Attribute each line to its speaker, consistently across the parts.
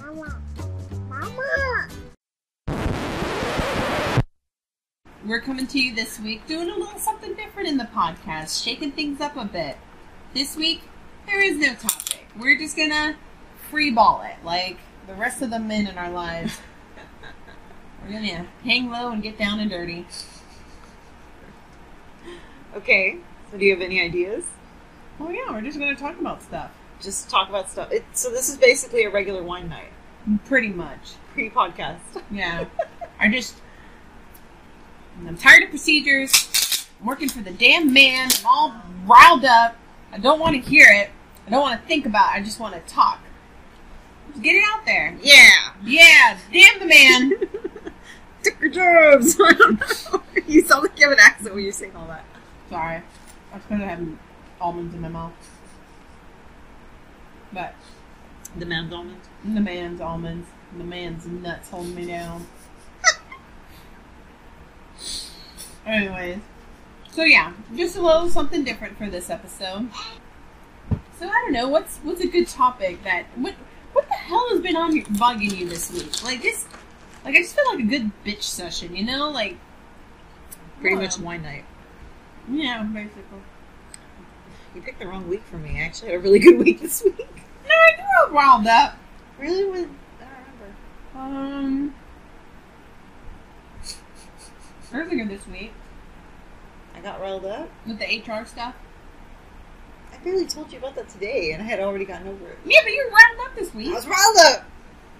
Speaker 1: Mama. Mama.
Speaker 2: We're coming to you this week doing a little something different in the podcast, shaking things up a bit. This week, there is no topic. We're just gonna freeball it like the rest of the men in our lives. We're gonna hang low and get down and dirty.
Speaker 3: Okay. So do you have any ideas?
Speaker 2: Oh yeah, we're just gonna talk about stuff.
Speaker 3: Just talk about stuff. It, so this is basically a regular wine night,
Speaker 2: Pretty much.
Speaker 3: pre-podcast.
Speaker 2: Yeah. I just I'm tired of procedures. I'm working for the damn man. I'm all riled up. I don't want to hear it. I don't want to think about it. I just want to talk. Just get it out there.
Speaker 3: Yeah.
Speaker 2: Yeah, damn the man.
Speaker 3: Took your jobs. I don't know. You sound like you have an accent when you saying all that.
Speaker 2: Sorry. That's because I have almonds in my mouth. But
Speaker 3: The man's almond.
Speaker 2: the man's almonds, the man's nuts holding me down. Anyways. So yeah, just a little something different for this episode. So I don't know what's what's a good topic that what what the hell has been on your, bugging you this week? Like this, like I just feel like a good bitch session, you know? Like
Speaker 3: Pretty
Speaker 2: Hello.
Speaker 3: much wine night.
Speaker 2: yeah, basically.
Speaker 3: You picked the wrong week for me. I actually had a really good week this week.
Speaker 2: No, I grew up riled up.
Speaker 3: Really? Was, I don't remember.
Speaker 2: Um, earlier this week
Speaker 3: I got riled up.
Speaker 2: with the HR stuff.
Speaker 3: I barely told you about that today, and I had already gotten over it.
Speaker 2: Yeah, but you're riled up this
Speaker 3: I
Speaker 2: week.
Speaker 3: was riled up.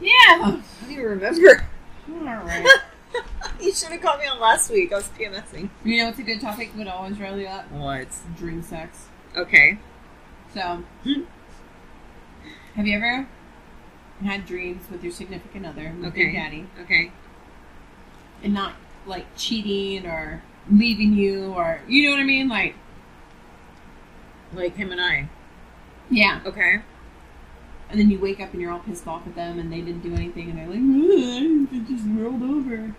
Speaker 2: Yeah.
Speaker 3: I don't even remember.
Speaker 2: All right.
Speaker 3: you should have called me on last week. I was PMSing.
Speaker 2: you know, it's a good topic. Would always rile you up.
Speaker 3: What?
Speaker 2: Dream sex.
Speaker 3: Okay.
Speaker 2: So,
Speaker 3: Hmm.
Speaker 2: have you ever had dreams with your significant other, with your
Speaker 3: Okay.
Speaker 2: daddy,
Speaker 3: Okay.
Speaker 2: and not like cheating or leaving you or you know what I mean? Like,
Speaker 3: Like him and I.
Speaker 2: yeah.
Speaker 3: Okay.
Speaker 2: And then you wake up and you're all pissed off at them, and they didn't do anything, and they're like, "Ugh, "It just rolled over."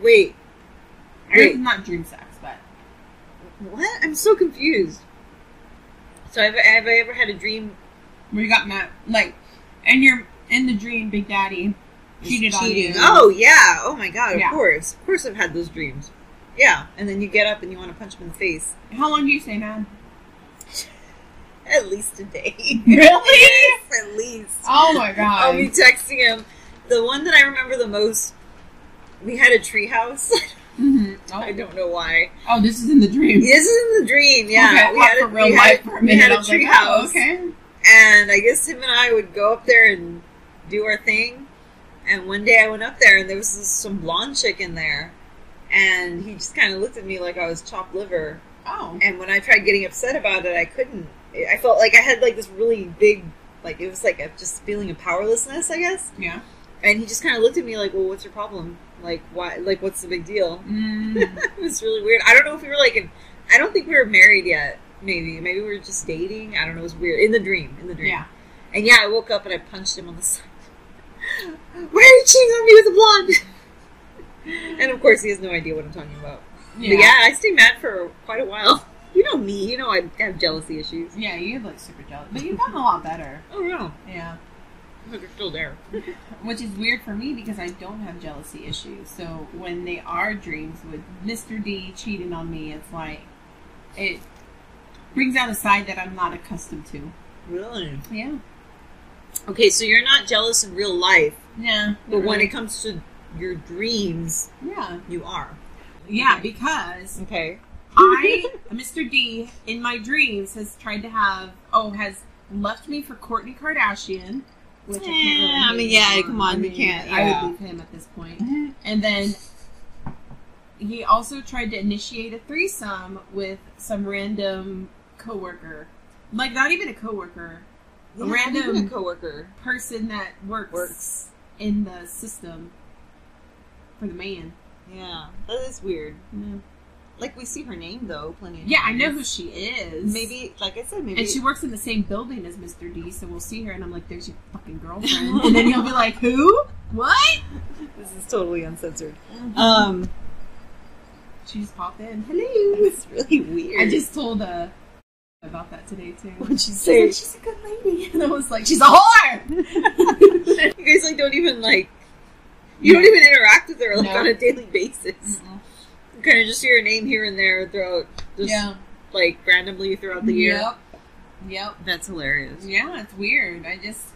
Speaker 3: Wait.
Speaker 2: I guess
Speaker 3: Wait.
Speaker 2: it's not dream sex, but
Speaker 3: What? I'm so confused. So have, have I ever had a dream?
Speaker 2: where you got mad, like, and you're in the dream, Big Daddy cheated on you.
Speaker 3: Oh yeah. Oh my god. Of
Speaker 2: Yeah.
Speaker 3: course. Of course, I've had those dreams. Yeah. And then you get up and you want to punch him in the face.
Speaker 2: How long do you stay mad?
Speaker 3: At least a day.
Speaker 2: Really?
Speaker 3: Yes, at least.
Speaker 2: Oh my
Speaker 3: I'll be
Speaker 2: god.
Speaker 3: texting him. The one that I remember the most, we had a treehouse.
Speaker 2: hmm
Speaker 3: I
Speaker 2: oh,
Speaker 3: don't know why.
Speaker 2: oh, this is in the dream.
Speaker 3: This is in the dream. Yeah,
Speaker 2: okay, I thought for real
Speaker 3: we
Speaker 2: life
Speaker 3: had-
Speaker 2: for a
Speaker 3: we
Speaker 2: minute.
Speaker 3: had a
Speaker 2: I was like,
Speaker 3: treehouse.
Speaker 2: oh, okay.
Speaker 3: and I guess him and I would go up there and do our thing. And one day I went up there, and there was this, some blonde chick in there, and he just kind of looked at me like I was chopped liver.
Speaker 2: Oh,
Speaker 3: And when I tried getting upset about it, I couldn't. I felt like I had like this really big, like it was like a just feeling of powerlessness, I guess.
Speaker 2: yeah.
Speaker 3: And he just kind of looked at me like, "Well, what's your problem? Like, why? Like, what's the big deal?"
Speaker 2: Mm,
Speaker 3: it was really weird. I don't know if we were like, in, I don't think we were married yet. Maybe, maybe we were just dating. I don't know. It was weird in the dream. In the dream.
Speaker 2: yeah.
Speaker 3: And yeah, I woke up and I punched him on the side. Why are you cheating on me with a blonde? and of course, he has no idea what I'm talking about. But yeah, I stayed mad for quite a while. You know me. You know I have jealousy issues.
Speaker 2: Yeah, you look super jealous, but you've gotten a lot better.
Speaker 3: Oh no,
Speaker 2: Yeah,
Speaker 3: they're still there.
Speaker 2: which is weird for me because I don't have jealousy issues. So when they are dreams with Mr. D cheating on me, it's like it brings out a side that I'm not accustomed to.
Speaker 3: Really?
Speaker 2: Yeah.
Speaker 3: Okay, so you're not jealous in real life,
Speaker 2: Yeah.
Speaker 3: but when it comes to your dreams,
Speaker 2: yeah.
Speaker 3: you are.
Speaker 2: Yeah, because
Speaker 3: Okay.
Speaker 2: I Mr. D in my dreams has tried to have oh, has left me for Courtney Kardashian. Which I, can't
Speaker 3: Yeah,
Speaker 2: really
Speaker 3: Eh, I mean,
Speaker 2: hate
Speaker 3: yeah,
Speaker 2: him
Speaker 3: come
Speaker 2: on.
Speaker 3: on,
Speaker 2: I
Speaker 3: we
Speaker 2: mean,
Speaker 3: can't,
Speaker 2: I
Speaker 3: yeah.
Speaker 2: would leave him at this point. And then he also tried to initiate a threesome with some random coworker. Like not even a coworker,
Speaker 3: Yeah,
Speaker 2: Random.
Speaker 3: even a coworker
Speaker 2: person that works,
Speaker 3: works.
Speaker 2: in the system for the man.
Speaker 3: Yeah, that is weird.
Speaker 2: Yeah,
Speaker 3: Like we see her name though, plenty. Of
Speaker 2: I know
Speaker 3: times.
Speaker 2: who she is.
Speaker 3: Maybe, like I said, maybe
Speaker 2: And she works in the same building as Mr. D, so we'll see her, and I'm like, "There's your fucking girlfriend," and then he'll be like, "Who? What?"
Speaker 3: This is totally uncensored. Um,
Speaker 2: She just popped in. Hello.
Speaker 3: it's really weird.
Speaker 2: I just told uh, about that today too.
Speaker 3: What'd she
Speaker 2: She's
Speaker 3: say?
Speaker 2: like, she's a good lady, and I was like, she's a whore.
Speaker 3: you guys like don't even like you don't even interact with her like
Speaker 2: No.
Speaker 3: on a daily basis.
Speaker 2: Mm-mm.
Speaker 3: You kind of just hear her name here and there throughout, just
Speaker 2: yeah,
Speaker 3: like randomly throughout the year.
Speaker 2: Yep, yep,
Speaker 3: That's hilarious.
Speaker 2: yeah. It's weird. I just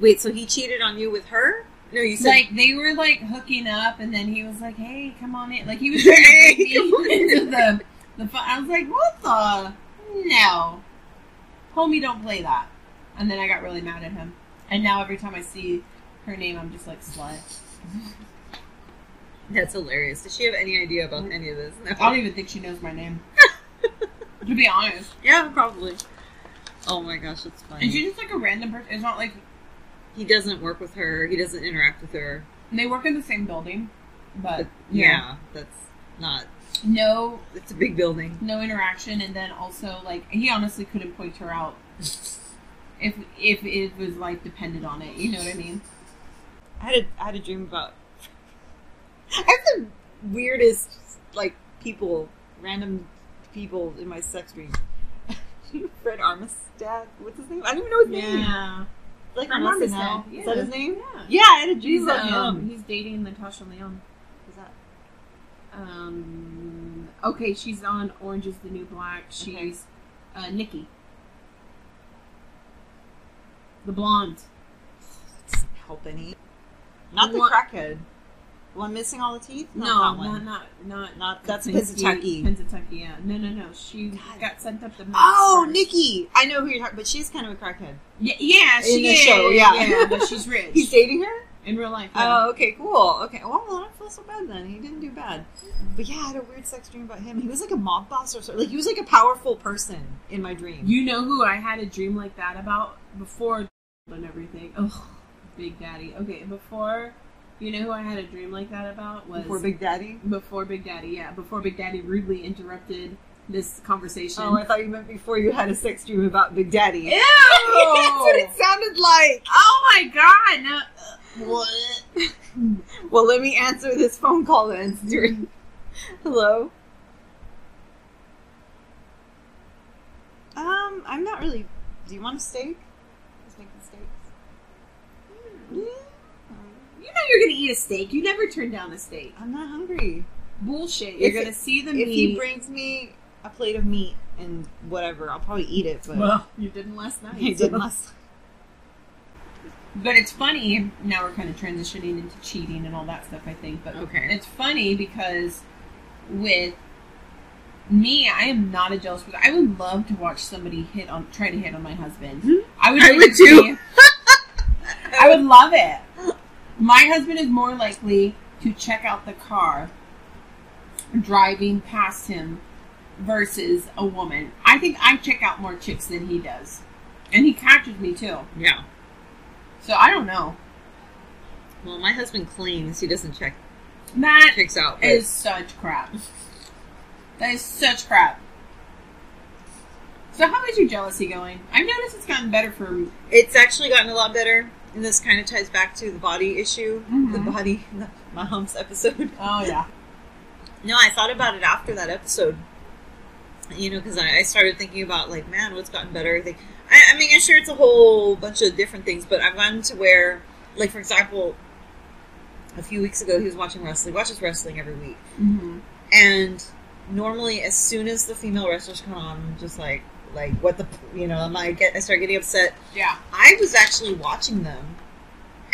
Speaker 3: Wait, so he cheated on you with her? No, you said
Speaker 2: like they were like hooking up, and then he was like, "Hey, come on in." Like he was trying to bring
Speaker 3: Hey, come on
Speaker 2: me into
Speaker 3: in.
Speaker 2: the the. fu- I was like, "What the? No, homie, don't play that." And then I got really mad at him, and now every time I see her name, I'm just like slut.
Speaker 3: that's hilarious. Does she have any idea about any of this? No.
Speaker 2: I don't even think she knows my name. to be honest,
Speaker 3: Yeah, probably. Oh my gosh, that's funny.
Speaker 2: is she just like a random person? It's not like
Speaker 3: he doesn't work with her. He doesn't interact with her.
Speaker 2: they work in the same building, but
Speaker 3: But Uh, yeah, that's not.
Speaker 2: no
Speaker 3: It's a big building.
Speaker 2: no interaction and then also like he honestly couldn't point her out if if it was like dependent on it you know what i mean
Speaker 3: I had a, I had a dream about. I have the weirdest like people, random people in my sex dreams. Fred Armstead, what's his name? I don't even know his name. Like
Speaker 2: Fred
Speaker 3: on SNL.
Speaker 2: Armisen,
Speaker 3: Is that his
Speaker 2: yeah.
Speaker 3: name?
Speaker 2: yeah
Speaker 3: Yeah, I had a dream
Speaker 2: he's,
Speaker 3: about
Speaker 2: um,
Speaker 3: him.
Speaker 2: he's dating natasha leon
Speaker 3: Is that-
Speaker 2: um okay she's on orange is the new black she's uh nikki the blonde
Speaker 3: doesn't help any. Not the
Speaker 2: One-
Speaker 3: crackhead. Well, I'm missing all the teeth.
Speaker 2: no,
Speaker 3: Not that
Speaker 2: not,
Speaker 3: one.
Speaker 2: not not
Speaker 3: Not that's Pizzataki.
Speaker 2: Kaczynski. Pizzataki, yeah. No, no, no. She
Speaker 3: God.
Speaker 2: got sent up the. mountain
Speaker 3: Oh,
Speaker 2: first.
Speaker 3: Nikki! I know who you're talking, but she's kind of a crackhead.
Speaker 2: Yeah, yeah
Speaker 3: In
Speaker 2: she
Speaker 3: the
Speaker 2: is.
Speaker 3: show, yeah.
Speaker 2: but she's rich
Speaker 3: He's dating her.
Speaker 2: in real life. yeah.
Speaker 3: Oh, okay, cool. Okay, well, I don't feel so bad then. He didn't do bad. But yeah, I had a weird sex dream about him. He was like a mob boss or something. Like, he was like a powerful person in my dream.
Speaker 2: You know who I had a dream like that about before and everything. Oh, Big Daddy. Okay, before you know who I had a dream like that about was
Speaker 3: Before Big Daddy?
Speaker 2: before Big Daddy. Yeah, before Big Daddy rudely interrupted this conversation.
Speaker 3: Oh, I thought you meant before you had a sex dream about Big Daddy.
Speaker 2: Ew!
Speaker 3: That's what it sounded like.
Speaker 2: oh my god! No. What?
Speaker 3: Well, let me answer this phone call then. Stuart. Hello? Um, I'm not really. Do you want a steak? Just making steaks. Yeah. Hmm.
Speaker 2: You know you're gonna eat a steak. You never turn down a steak.
Speaker 3: I'm not hungry.
Speaker 2: Bullshit. You're
Speaker 3: If-
Speaker 2: gonna see the
Speaker 3: If he
Speaker 2: meat.
Speaker 3: brings me a plate of meat and whatever, I'll probably eat it. But
Speaker 2: well, you didn't last night.
Speaker 3: I did
Speaker 2: so-
Speaker 3: last.
Speaker 2: But it's funny, now we're kind of transitioning into cheating and all that stuff, I think. But
Speaker 3: Okay.
Speaker 2: it's funny because with me, I am not a jealous person. I would love to watch somebody hit on, try to hit on my husband.
Speaker 3: Mhm.
Speaker 2: I would,
Speaker 3: I
Speaker 2: like
Speaker 3: would
Speaker 2: to
Speaker 3: too.
Speaker 2: see- I would love it. My husband is more likely to check out the car driving past him versus a woman. I think I check out more chicks than he does. And he catches me too.
Speaker 3: Yeah.
Speaker 2: So I don't know.
Speaker 3: Well, my husband claims he doesn't check
Speaker 2: That
Speaker 3: checks out. but-
Speaker 2: is such crap. That is such crap. So how is your jealousy going? I've noticed it's gotten better for me.
Speaker 3: It's actually gotten a lot better, and this kind of ties back to the body issue, the
Speaker 2: Mhm.
Speaker 3: body, the, my humps episode.
Speaker 2: Oh yeah.
Speaker 3: No, I thought about it after that episode. You know, because I, I started thinking about like, man, what's gotten better? Like, I, I mean, I'm sure it's a whole bunch of different things, but I've gotten to where, like, for example, a few weeks ago, he was watching wrestling. He Watches wrestling every week,
Speaker 2: Mm-hmm.
Speaker 3: and normally, as soon as the female wrestlers come on, I'm just like, like, what the, you know, I'm like, I start getting upset.
Speaker 2: Yeah.
Speaker 3: I was actually watching them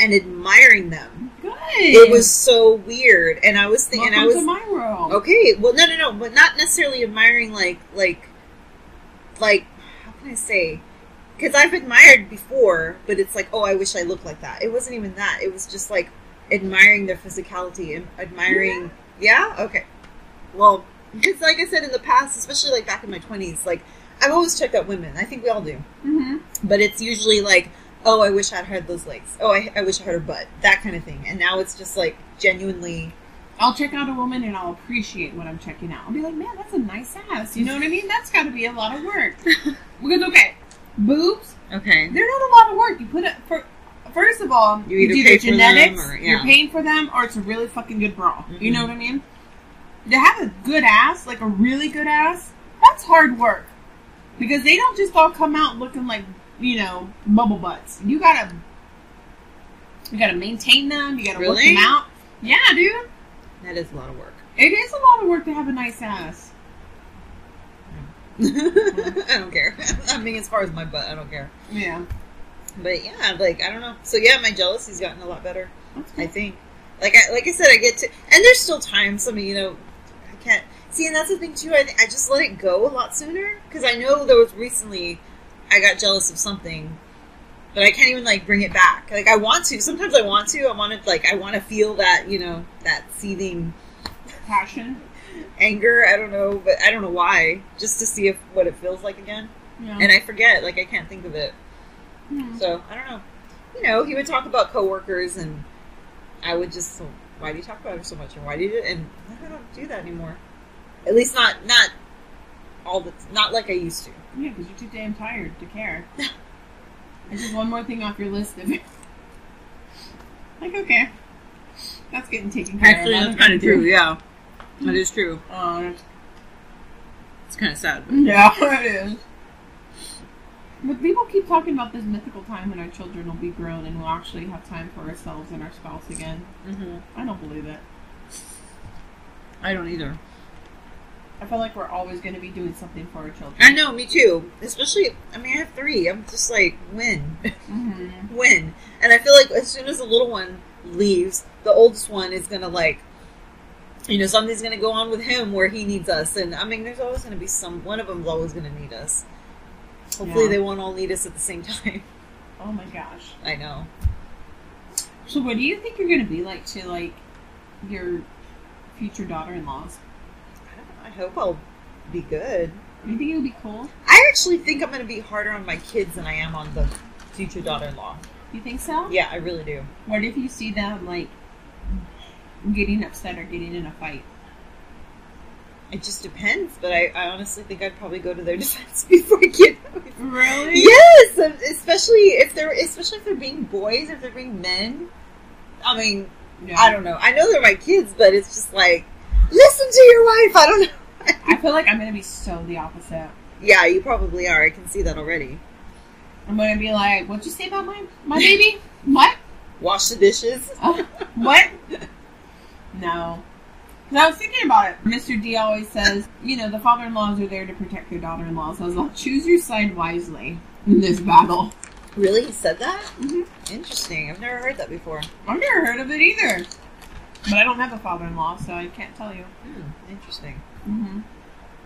Speaker 3: and admiring them.
Speaker 2: Good.
Speaker 3: It was so weird, and I was thinking,
Speaker 2: Welcome
Speaker 3: I was
Speaker 2: to my world.
Speaker 3: Okay, well, no, no, no, but not necessarily admiring like, like, like, how can I say? Because I've admired before, but it's like, oh, I wish I looked like that. It wasn't even that. It was just like admiring their physicality and admiring. Yeah. Okay. Well, because like I said in the past, especially like back in my twenties, like I've always checked out women. I think we all do,
Speaker 2: hmm
Speaker 3: but it's usually like, oh, I wish I'd had those legs. Oh, I, I wish I had her butt. That kind of thing. And now it's just like genuinely.
Speaker 2: I'll check out a woman and I'll appreciate what I'm checking out. I'll be like, man, that's a nice ass. You know what I mean? That's got to be a lot of work. because okay, boobs
Speaker 3: Okay.
Speaker 2: they're not a lot of work. You put it for first of all,
Speaker 3: You either
Speaker 2: it's
Speaker 3: pay for
Speaker 2: either
Speaker 3: them
Speaker 2: genetics,
Speaker 3: or- yeah.
Speaker 2: you're paying for them, or it's a really fucking good bra. You
Speaker 3: Mhm.
Speaker 2: know what I mean? To have a good ass, like a really good ass, that's hard work. Because they don't just all come out looking like, you know, bubble butts. You gotta you gotta maintain them, you gotta work
Speaker 3: Really?
Speaker 2: them out. Yeah, dude.
Speaker 3: That is a lot of work.
Speaker 2: It is a lot of work to have a nice ass.
Speaker 3: I don't care. I mean, as far as my butt, I don't care.
Speaker 2: Yeah.
Speaker 3: But yeah, like I don't know. So yeah, my jealousy's gotten a lot better.
Speaker 2: That's
Speaker 3: I
Speaker 2: cool.
Speaker 3: think. Like I like I said, I get to, and there's still times. I mean, you know, I can't see, and that's the thing too. I think I just let it go a lot sooner because I know there was recently I got jealous of something, but I can't even like bring it back. Like I want to. Sometimes I want to. I want to like I want to feel that you know that seething
Speaker 2: Passion.
Speaker 3: anger. I don't know, but I don't know why. Just to see if what it feels like again,
Speaker 2: Yeah.
Speaker 3: and I forget. Like I can't think of it.
Speaker 2: Hmm.
Speaker 3: So I don't know. You know, he would talk about coworkers, and I would just, why do you talk about him so much, and why do you? do-" And I don't do that anymore. At least not not all the not like I used to.
Speaker 2: Yeah, because you're too damn tired to care. It's just one more thing off your list of like okay. That's getting taken care of. I'm gonna do-
Speaker 3: Yeah, that is true.
Speaker 2: Oh, that's
Speaker 3: It's kind of sad.
Speaker 2: Yeah, it is. But people keep talking about this mythical time when our children will be grown and we'll actually have time for ourselves and our spouse again.
Speaker 3: hmm
Speaker 2: I don't believe it.
Speaker 3: I don't either.
Speaker 2: I feel like we're always going to be doing something for our children.
Speaker 3: I know, me too. Especially, I mean, I have three. I'm just like, when,
Speaker 2: Mm-hmm.
Speaker 3: when? And I feel like as soon as the little one leaves, the oldest one is gonna like you know, something's going to go on with him where he needs us. And I mean, there's always going to be some, one of them's always going to need us. Hopefully,
Speaker 2: Yeah.
Speaker 3: they won't all need us at the same time.
Speaker 2: Oh my gosh.
Speaker 3: I know.
Speaker 2: So, what do you think you're going to be like to like your future daughter-in-laws?
Speaker 3: I, don't know. I hope I'll be good.
Speaker 2: Do you think it'll be cool?
Speaker 3: I actually think I'm going to be harder on my kids than I am on the future daughter in law.
Speaker 2: You think so?
Speaker 3: Yeah, I really do.
Speaker 2: What if you see them like getting upset or getting in a fight?
Speaker 3: It just depends, but I, I honestly think I'd probably go to their defense before I get
Speaker 2: Really?
Speaker 3: Yes, and especially if they're especially if they're being boys, if they're being men. I mean,
Speaker 2: Yeah.
Speaker 3: I don't know. I know they're my kids, but it's just like listen to your wife. I don't know.
Speaker 2: I feel like I'm going to be so the opposite.
Speaker 3: Yeah, you probably are. I can see that already.
Speaker 2: I'm gonna be like, "What'd you say about my my baby? what?
Speaker 3: Wash the dishes.
Speaker 2: Oh, what? No." 'Cause I was thinking about it. Mr. D always says, you know, the father-in-laws are there to protect their daughter-in-laws. I was like, choose your side wisely in this battle.
Speaker 3: Really? You said that?
Speaker 2: Mhm.
Speaker 3: Interesting. I've never heard that before.
Speaker 2: I've never heard of it either, but I don't have a father-in-law, so I can't tell you.
Speaker 3: Hmm, interesting.
Speaker 2: hmm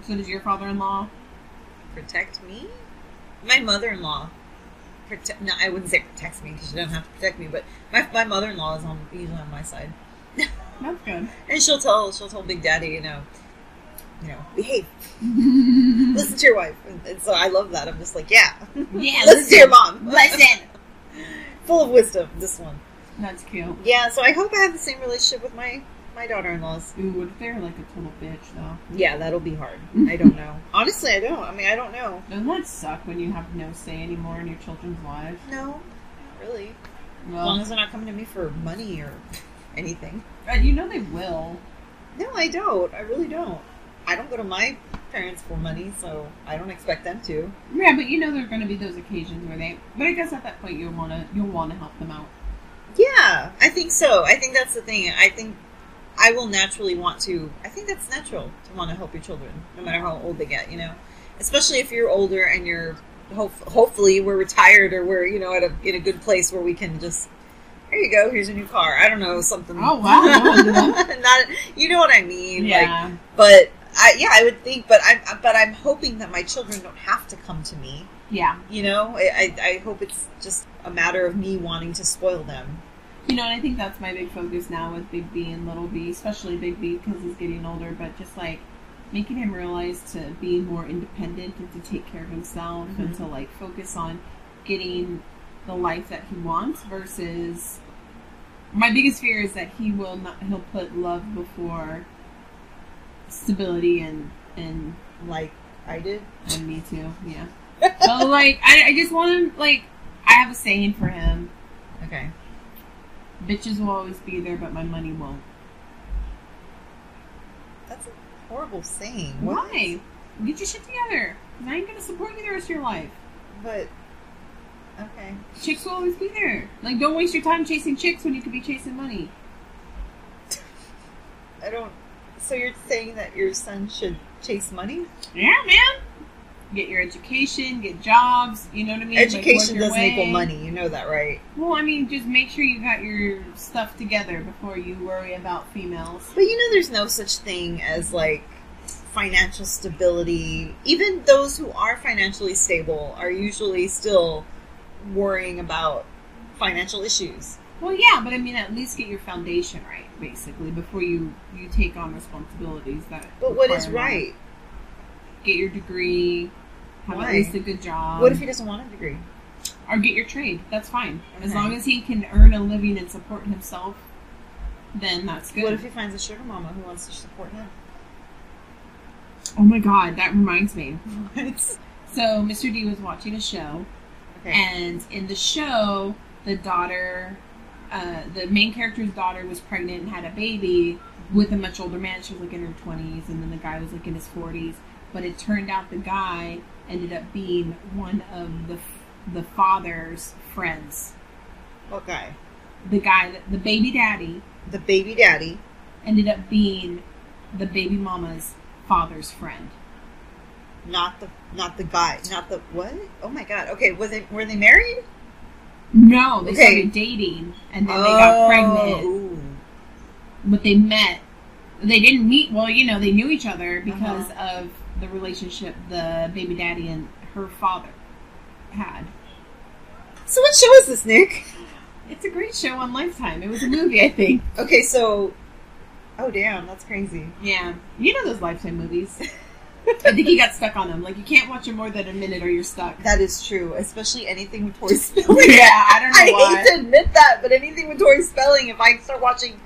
Speaker 2: So does your father-in-law?
Speaker 3: Protect me. My mother-in-law. Prote- no, I wouldn't say protects me because she doesn't have to protect me. But my, my mother-in-law is on usually on my side.
Speaker 2: That's good.
Speaker 3: And she'll tell she'll tell Big Daddy, you know, you know, behave, listen to your wife. And, and so I love that. I'm just like, yeah,
Speaker 2: yeah,
Speaker 3: listen to your mom.
Speaker 2: Listen.
Speaker 3: Full of wisdom, this one.
Speaker 2: That's cute.
Speaker 3: Yeah, so I hope I have the same relationship with my my daughter-in-laws.
Speaker 2: Ooh, what if they're like a total bitch though?
Speaker 3: Yeah, that'll be hard. I don't know. Honestly, I don't. I mean, I don't know.
Speaker 2: Doesn't that suck when you have no say anymore in your children's lives?
Speaker 3: No, not really. As long
Speaker 2: Well,
Speaker 3: as they're not coming to me for money or anything.
Speaker 2: uh, you know they will.
Speaker 3: No, I don't. I really don't. I don't go to my parents for money, so I don't expect them to.
Speaker 2: Yeah, but you know there's going to be those occasions where they. But I guess at that point you'll want to you'll want to help them out.
Speaker 3: Yeah, I think so. I think that's the thing. I think I will naturally want to. I think that's natural to want to help your children, no matter how old they get. You know, especially if you're older and you're hope, hopefully we're retired or we're you know at a in a good place where we can just here you go. Here's a new car. I don't know something.
Speaker 2: Oh, wow, that was nice.
Speaker 3: Not you know what I mean. Like,
Speaker 2: yeah,
Speaker 3: but I yeah I would think. But I'm but I'm hoping that my children don't have to come to me.
Speaker 2: yeah.
Speaker 3: You know, I I, I hope it's just a matter of me wanting to spoil them.
Speaker 2: You know, and I think that's my big focus now with Big B and Little B, especially Big B because he's getting older. But just like making him realize to be more independent and to take care of himself and
Speaker 3: Mhm.
Speaker 2: to like focus on getting the life that he wants versus. My biggest fear is that he will not. He'll put love before stability and and
Speaker 3: like I did.
Speaker 2: And me too, yeah. so like, I, I just want him. Like, I have a saying for him:
Speaker 3: Okay.
Speaker 2: "Bitches will always be there, but my money won't."
Speaker 3: That's a horrible saying.
Speaker 2: Why? Get your shit together. And I ain't gonna support you the rest of your life.
Speaker 3: But okay.
Speaker 2: Chicks will always be there. Like, don't waste your time chasing chicks when you could be chasing money.
Speaker 3: I don't. So you're saying that your son should chase money?
Speaker 2: Yeah, man. Get your education, get jobs. You know what I mean. Like, work
Speaker 3: Education
Speaker 2: your
Speaker 3: doesn't equal
Speaker 2: way.
Speaker 3: money. You know that, right?
Speaker 2: Well, I mean, just make sure you got your stuff together before you worry about females.
Speaker 3: But you know, there's no such thing as like financial stability. Even those who are financially stable are usually still worrying about financial issues.
Speaker 2: Well, yeah, but I mean, at least get your foundation right, basically, before you you take on responsibilities that.
Speaker 3: But what is
Speaker 2: require money.
Speaker 3: right?
Speaker 2: Get your degree. Have
Speaker 3: Why?
Speaker 2: at least a good job.
Speaker 3: What if he doesn't want a degree?
Speaker 2: or get your trade. That's fine. As
Speaker 3: Okay.
Speaker 2: long as he can earn a living and support himself, then that's good.
Speaker 3: What if he finds a sugar mama who wants to support him?
Speaker 2: oh my god, that reminds me.
Speaker 3: What?
Speaker 2: So Mr. D was watching a show,
Speaker 3: Okay.
Speaker 2: and in the show, the daughter, uh, the main character's daughter, was pregnant and had a baby with a much older man. She was like in her twenties, and then the guy was like in his forties. But it turned out the guy ended up being one of the the father's friends.
Speaker 3: what guy?
Speaker 2: The guy, that, the baby daddy,
Speaker 3: The baby daddy.
Speaker 2: ended up being the baby mama's father's friend.
Speaker 3: Not the not the guy, not the what? Oh my god! Okay, was it were they married?
Speaker 2: No, they
Speaker 3: Okay.
Speaker 2: started dating and then they got pregnant.
Speaker 3: Ooh.
Speaker 2: But they met. They didn't meet. Well, you know, they knew each other because of the relationship the baby daddy and her father had.
Speaker 3: So what show is this, Nick?
Speaker 2: It's a great show on Lifetime. It was a movie, I think.
Speaker 3: Okay, so oh damn, that's crazy.
Speaker 2: Yeah, you know those Lifetime movies. I think he got stuck on them. Like you can't watch them more than a minute or you're stuck.
Speaker 3: That is true, especially anything with Tori Spelling.
Speaker 2: yeah, I don't know
Speaker 3: I
Speaker 2: why.
Speaker 3: hate to admit that, but anything with Tori Spelling, if I start watching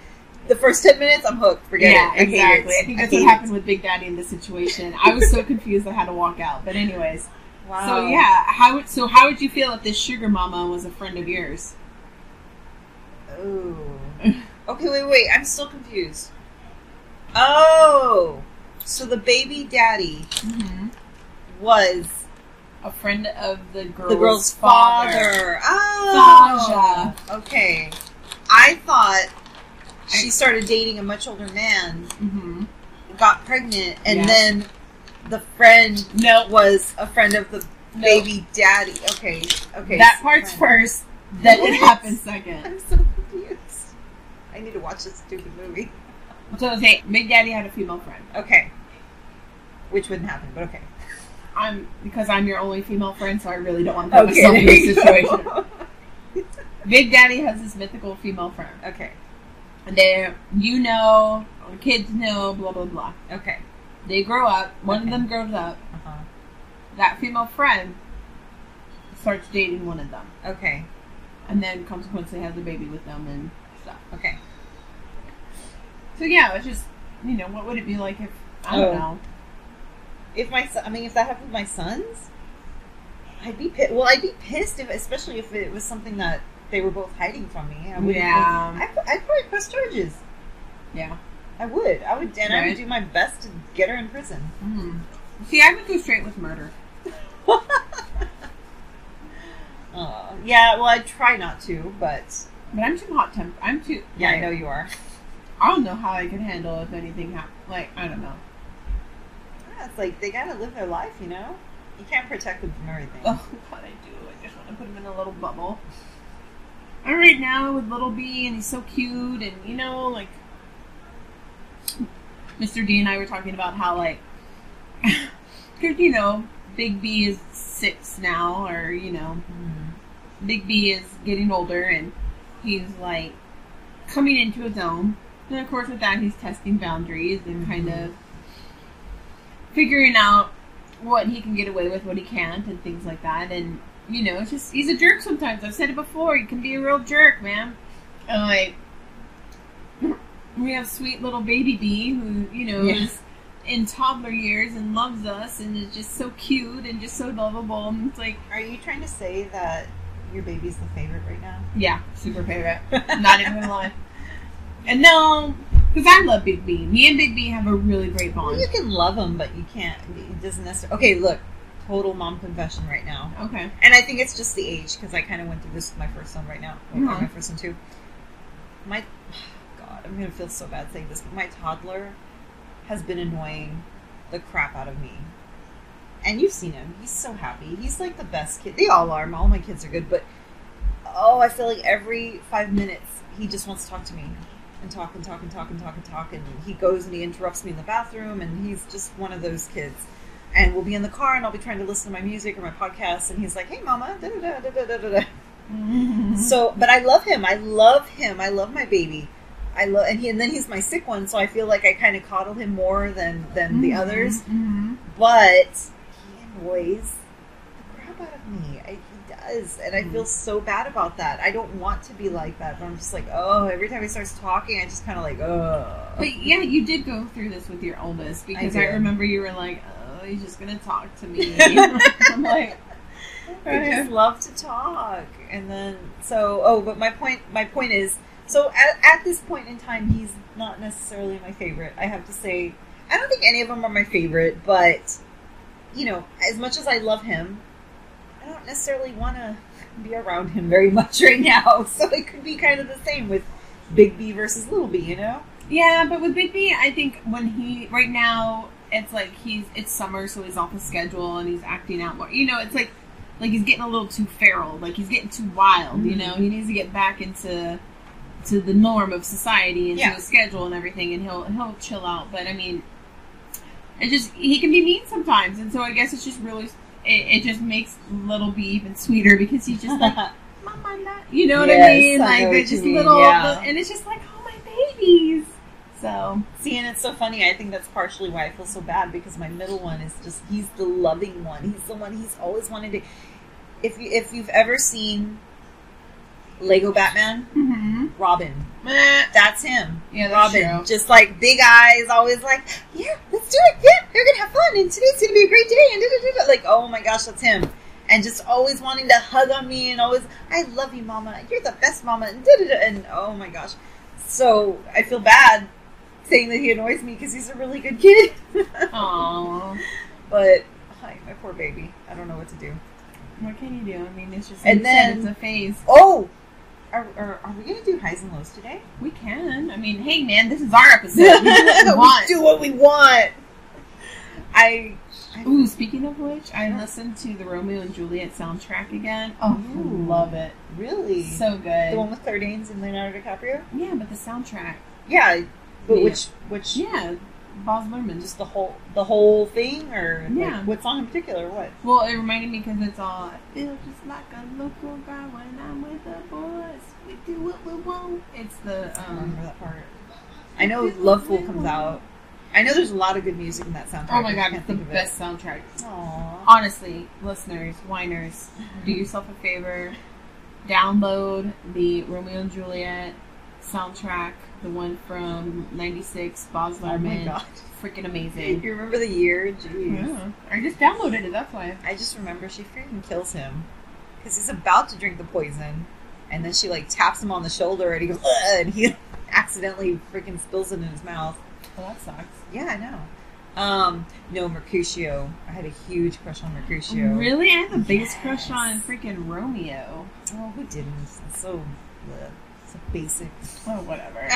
Speaker 3: the first ten minutes, I'm hooked. Forget
Speaker 2: yeah,
Speaker 3: it. I hate it.
Speaker 2: exactly. I think that's
Speaker 3: hate
Speaker 2: what
Speaker 3: it.
Speaker 2: happened with Big Daddy in this situation. I was so confused I had to walk out. But anyways,
Speaker 3: Wow.
Speaker 2: so yeah, how would so how would you feel if this sugar mama was a friend of yours?
Speaker 3: Ooh. okay, wait, wait. I'm still confused. Oh, so the baby daddy
Speaker 2: Mm-hmm.
Speaker 3: was
Speaker 2: A friend of the girl's,
Speaker 3: the girl's father.
Speaker 2: father.
Speaker 3: Oh, okay. I thought she started dating a much older man,
Speaker 2: hmm
Speaker 3: got pregnant, and
Speaker 2: Yeah.
Speaker 3: then the friend
Speaker 2: No,
Speaker 3: was a friend of the
Speaker 2: no,
Speaker 3: baby daddy. Okay, okay.
Speaker 2: that part's
Speaker 3: fine.
Speaker 2: first. Then
Speaker 3: What?
Speaker 2: it happens second.
Speaker 3: I'm so confused. I need to watch this stupid movie.
Speaker 2: So they, Big Daddy had a female friend.
Speaker 3: Okay. Which wouldn't happen, but okay.
Speaker 2: I'm because I'm your only female friend, so I really don't want to put myself in this situation. Big Daddy has this mythical female friend.
Speaker 3: okay.
Speaker 2: They, you know, or kids know, blah blah blah.
Speaker 3: Okay.
Speaker 2: They grow up. One
Speaker 3: Okay.
Speaker 2: of them grows up.
Speaker 3: Uh-huh.
Speaker 2: That female friend starts dating one of them,
Speaker 3: Okay.
Speaker 2: and then consequently has a baby with them and stuff.
Speaker 3: Okay.
Speaker 2: So yeah, it's just you know what would it be like if I don't
Speaker 3: Oh.
Speaker 2: know.
Speaker 3: If my son, I mean, if that happened with my sons, I'd be pissed. Well, I'd be pissed if, especially if it was something that they were both hiding from me. I wouldn't-
Speaker 2: Yeah.
Speaker 3: I'd, I'd probably press charges.
Speaker 2: Yeah.
Speaker 3: I would. I would, and I would
Speaker 2: Right.
Speaker 3: do my best to get her in prison.
Speaker 2: Mm. See, I would go straight with murder.
Speaker 3: Uh, yeah. Well, I'd try not to, but
Speaker 2: But I'm too hot tempered. I'm too.
Speaker 3: yeah, I
Speaker 2: like,
Speaker 3: know you are.
Speaker 2: I don't know how I could handle if anything happened. Like I don't know.
Speaker 3: Yeah, it's like they gotta live their life, you know. You can't protect them from everything.
Speaker 2: Oh, God, I do. I just want to put him in a little bubble. I'm right now with little B, and he's so cute, and you know, like Mr. D and I were talking about how, like, 'cause, you know, Big B is six now, or you know,
Speaker 3: Mm-hmm.
Speaker 2: Big B is getting older, and he's like coming into his own. And of course, with that, he's testing boundaries and kind of figuring out what he can get away with, what he can't, and things like that. And you know, it's just he's a jerk sometimes. I've said it before. He can be a real jerk, man. And like we have sweet little baby B who you know
Speaker 3: Yeah.
Speaker 2: is in toddler years and loves us and is just so cute and just so lovable. And it's like,
Speaker 3: Are you trying to say that your baby's the favorite right now?
Speaker 2: yeah, super favorite. Not even gonna lie. And no, because I love Big B. Me and Big B have a really great
Speaker 3: Well,
Speaker 2: bond.
Speaker 3: you can love them, but you can't. It doesn't necessarily. Okay, look. total mom confession right now.
Speaker 2: Okay.
Speaker 3: And I think it's just the age because I kind of went through this with my first son right now. Or
Speaker 2: Mhm.
Speaker 3: my first son too. My God, I'm gonna feel so bad saying this, but my toddler has been annoying the crap out of me. And you've seen him; he's so happy. He's like the best kid. They all are. All my kids are good, but oh, I feel like every five minutes he just wants to talk to me and talk and talk and talk and talk and talk. And he goes and he interrupts me in the bathroom, and he's just one of those kids and we'll be in the car and I'll be trying to listen to my music or my podcast and he's like, "Hey mama." Da, da, da, da, da, da, da.
Speaker 2: Mm-hmm.
Speaker 3: So, but I love him. I love him. I love my baby. I love and he and then he's my sick one, so I feel like I kind of coddle him more than than the
Speaker 2: Mm-hmm.
Speaker 3: others,
Speaker 2: Mhm.
Speaker 3: but he annoys the crap out of me. I, he does, and I feel so bad about that. I don't want to be like that, but I'm just like, "Oh, every time he starts talking, I just kind of like, "Oh."
Speaker 2: But yeah, you did go through this with your oldest because I,
Speaker 3: did.
Speaker 2: remember you were like, "Oh, he's just gonna talk to me." I'm like,
Speaker 3: I
Speaker 2: "Okay."
Speaker 3: just love to talk. And then so oh, but my point my point is so at, at this point in time, he's not necessarily my favorite. I have to say, I don't think any of them are my favorite. But you know, as much as I love him, I don't necessarily want to be around him very much right now. So it could be kind of the same with Big B versus Little B. You know,
Speaker 2: Yeah, but with Big B, I think when he right now it's like he's it's summer, so he's off the schedule and he's acting out more. You know, it's like like he's getting a little too feral, like he's getting too wild. You know, he needs to get back into to the norm of society and
Speaker 3: Yeah.
Speaker 2: to the schedule and everything, and he'll he'll chill out. But I mean, it just he can be mean sometimes, and so I guess it's just really it, it just makes little B even sweeter because he's just like. Mom, I'm not. You know what I
Speaker 3: Yes,
Speaker 2: mean?
Speaker 3: I know
Speaker 2: Like they're
Speaker 3: what you
Speaker 2: just
Speaker 3: mean,
Speaker 2: little,
Speaker 3: yeah.
Speaker 2: and it's just like, oh my babies. So
Speaker 3: See, and it's so funny. I think that's partially why I feel so bad because my middle one is just he's the loving one. He's the one he's always wanted to. If you if you've ever seen Lego Batman,
Speaker 2: mm-hmm.
Speaker 3: Robin, that's him.
Speaker 2: yeah, that's
Speaker 3: Robin,
Speaker 2: true.
Speaker 3: just like big eyes, always like, yeah, let's do it. Yeah, we're gonna have fun, and today's gonna be a great day. And da-da-da-da." like, oh my gosh, that's him. And just always wanting to hug on me, and always, I love you, mama. You're the best, mama. And, da-da-da. and oh my gosh, so I feel bad saying that he annoys me because he's a really good kid,
Speaker 2: Aww,
Speaker 3: but hi, my poor baby. I don't know what to do.
Speaker 2: what can you do? I mean, it's just
Speaker 3: And
Speaker 2: and
Speaker 3: then-
Speaker 2: then, it's a phase.
Speaker 3: Oh, are, are, are we gonna do highs and lows today?
Speaker 2: We can. I mean, hey man, this is our episode. We do what we want.
Speaker 3: do what we want. I. I
Speaker 2: Ooh, speaking of which, I listened to the Romeo and Juliet soundtrack again. Oh, I
Speaker 3: Ooh.
Speaker 2: love it.
Speaker 3: Really?
Speaker 2: So
Speaker 3: the one
Speaker 2: good.
Speaker 3: with Claire Danes and Leonardo DiCaprio?
Speaker 2: Yeah, but the soundtrack.
Speaker 3: Yeah, but
Speaker 2: Yeah.
Speaker 3: which which
Speaker 2: Yeah, Boz Luhrmann.
Speaker 3: just
Speaker 2: Just
Speaker 3: the whole the whole thing or like,
Speaker 2: Yeah.
Speaker 3: what song in particular? What?
Speaker 2: well, it reminded me because it's all. I feel just like a local guy when I'm with the boys. We do what we want. It's the
Speaker 3: I don't
Speaker 2: um.
Speaker 3: remember that part. I know Love Fool comes out. I know there's a lot of good music in that soundtrack.
Speaker 2: Oh my
Speaker 3: I
Speaker 2: god,
Speaker 3: can't
Speaker 2: it's the
Speaker 3: think of it.
Speaker 2: best soundtrack.
Speaker 3: Aw. Oh
Speaker 2: honestly, listeners, whiners, do yourself a favor. Download the Romeo and Juliet soundtrack, the one from '96, Boz
Speaker 3: Oh my
Speaker 2: Luhrmann.
Speaker 3: god.
Speaker 2: Freaking amazing!
Speaker 3: You remember the year? Jeez.
Speaker 2: Yeah. I just downloaded it. That's why.
Speaker 3: I just remember she freaking kills him because he's about to drink the poison, and then she like taps him on the shoulder, and he goes, "Ugh," and he accidentally freaking spills it in his mouth.
Speaker 2: Well, that sucks.
Speaker 3: Yeah, I know. Um, no, Mercutio. I had a huge crush on Mercutio.
Speaker 2: Oh, Really, I had the biggest
Speaker 3: Yes.
Speaker 2: crush on freaking Romeo.
Speaker 3: Oh, who didn't? It's so, bleh. so basic.
Speaker 2: Oh, whatever.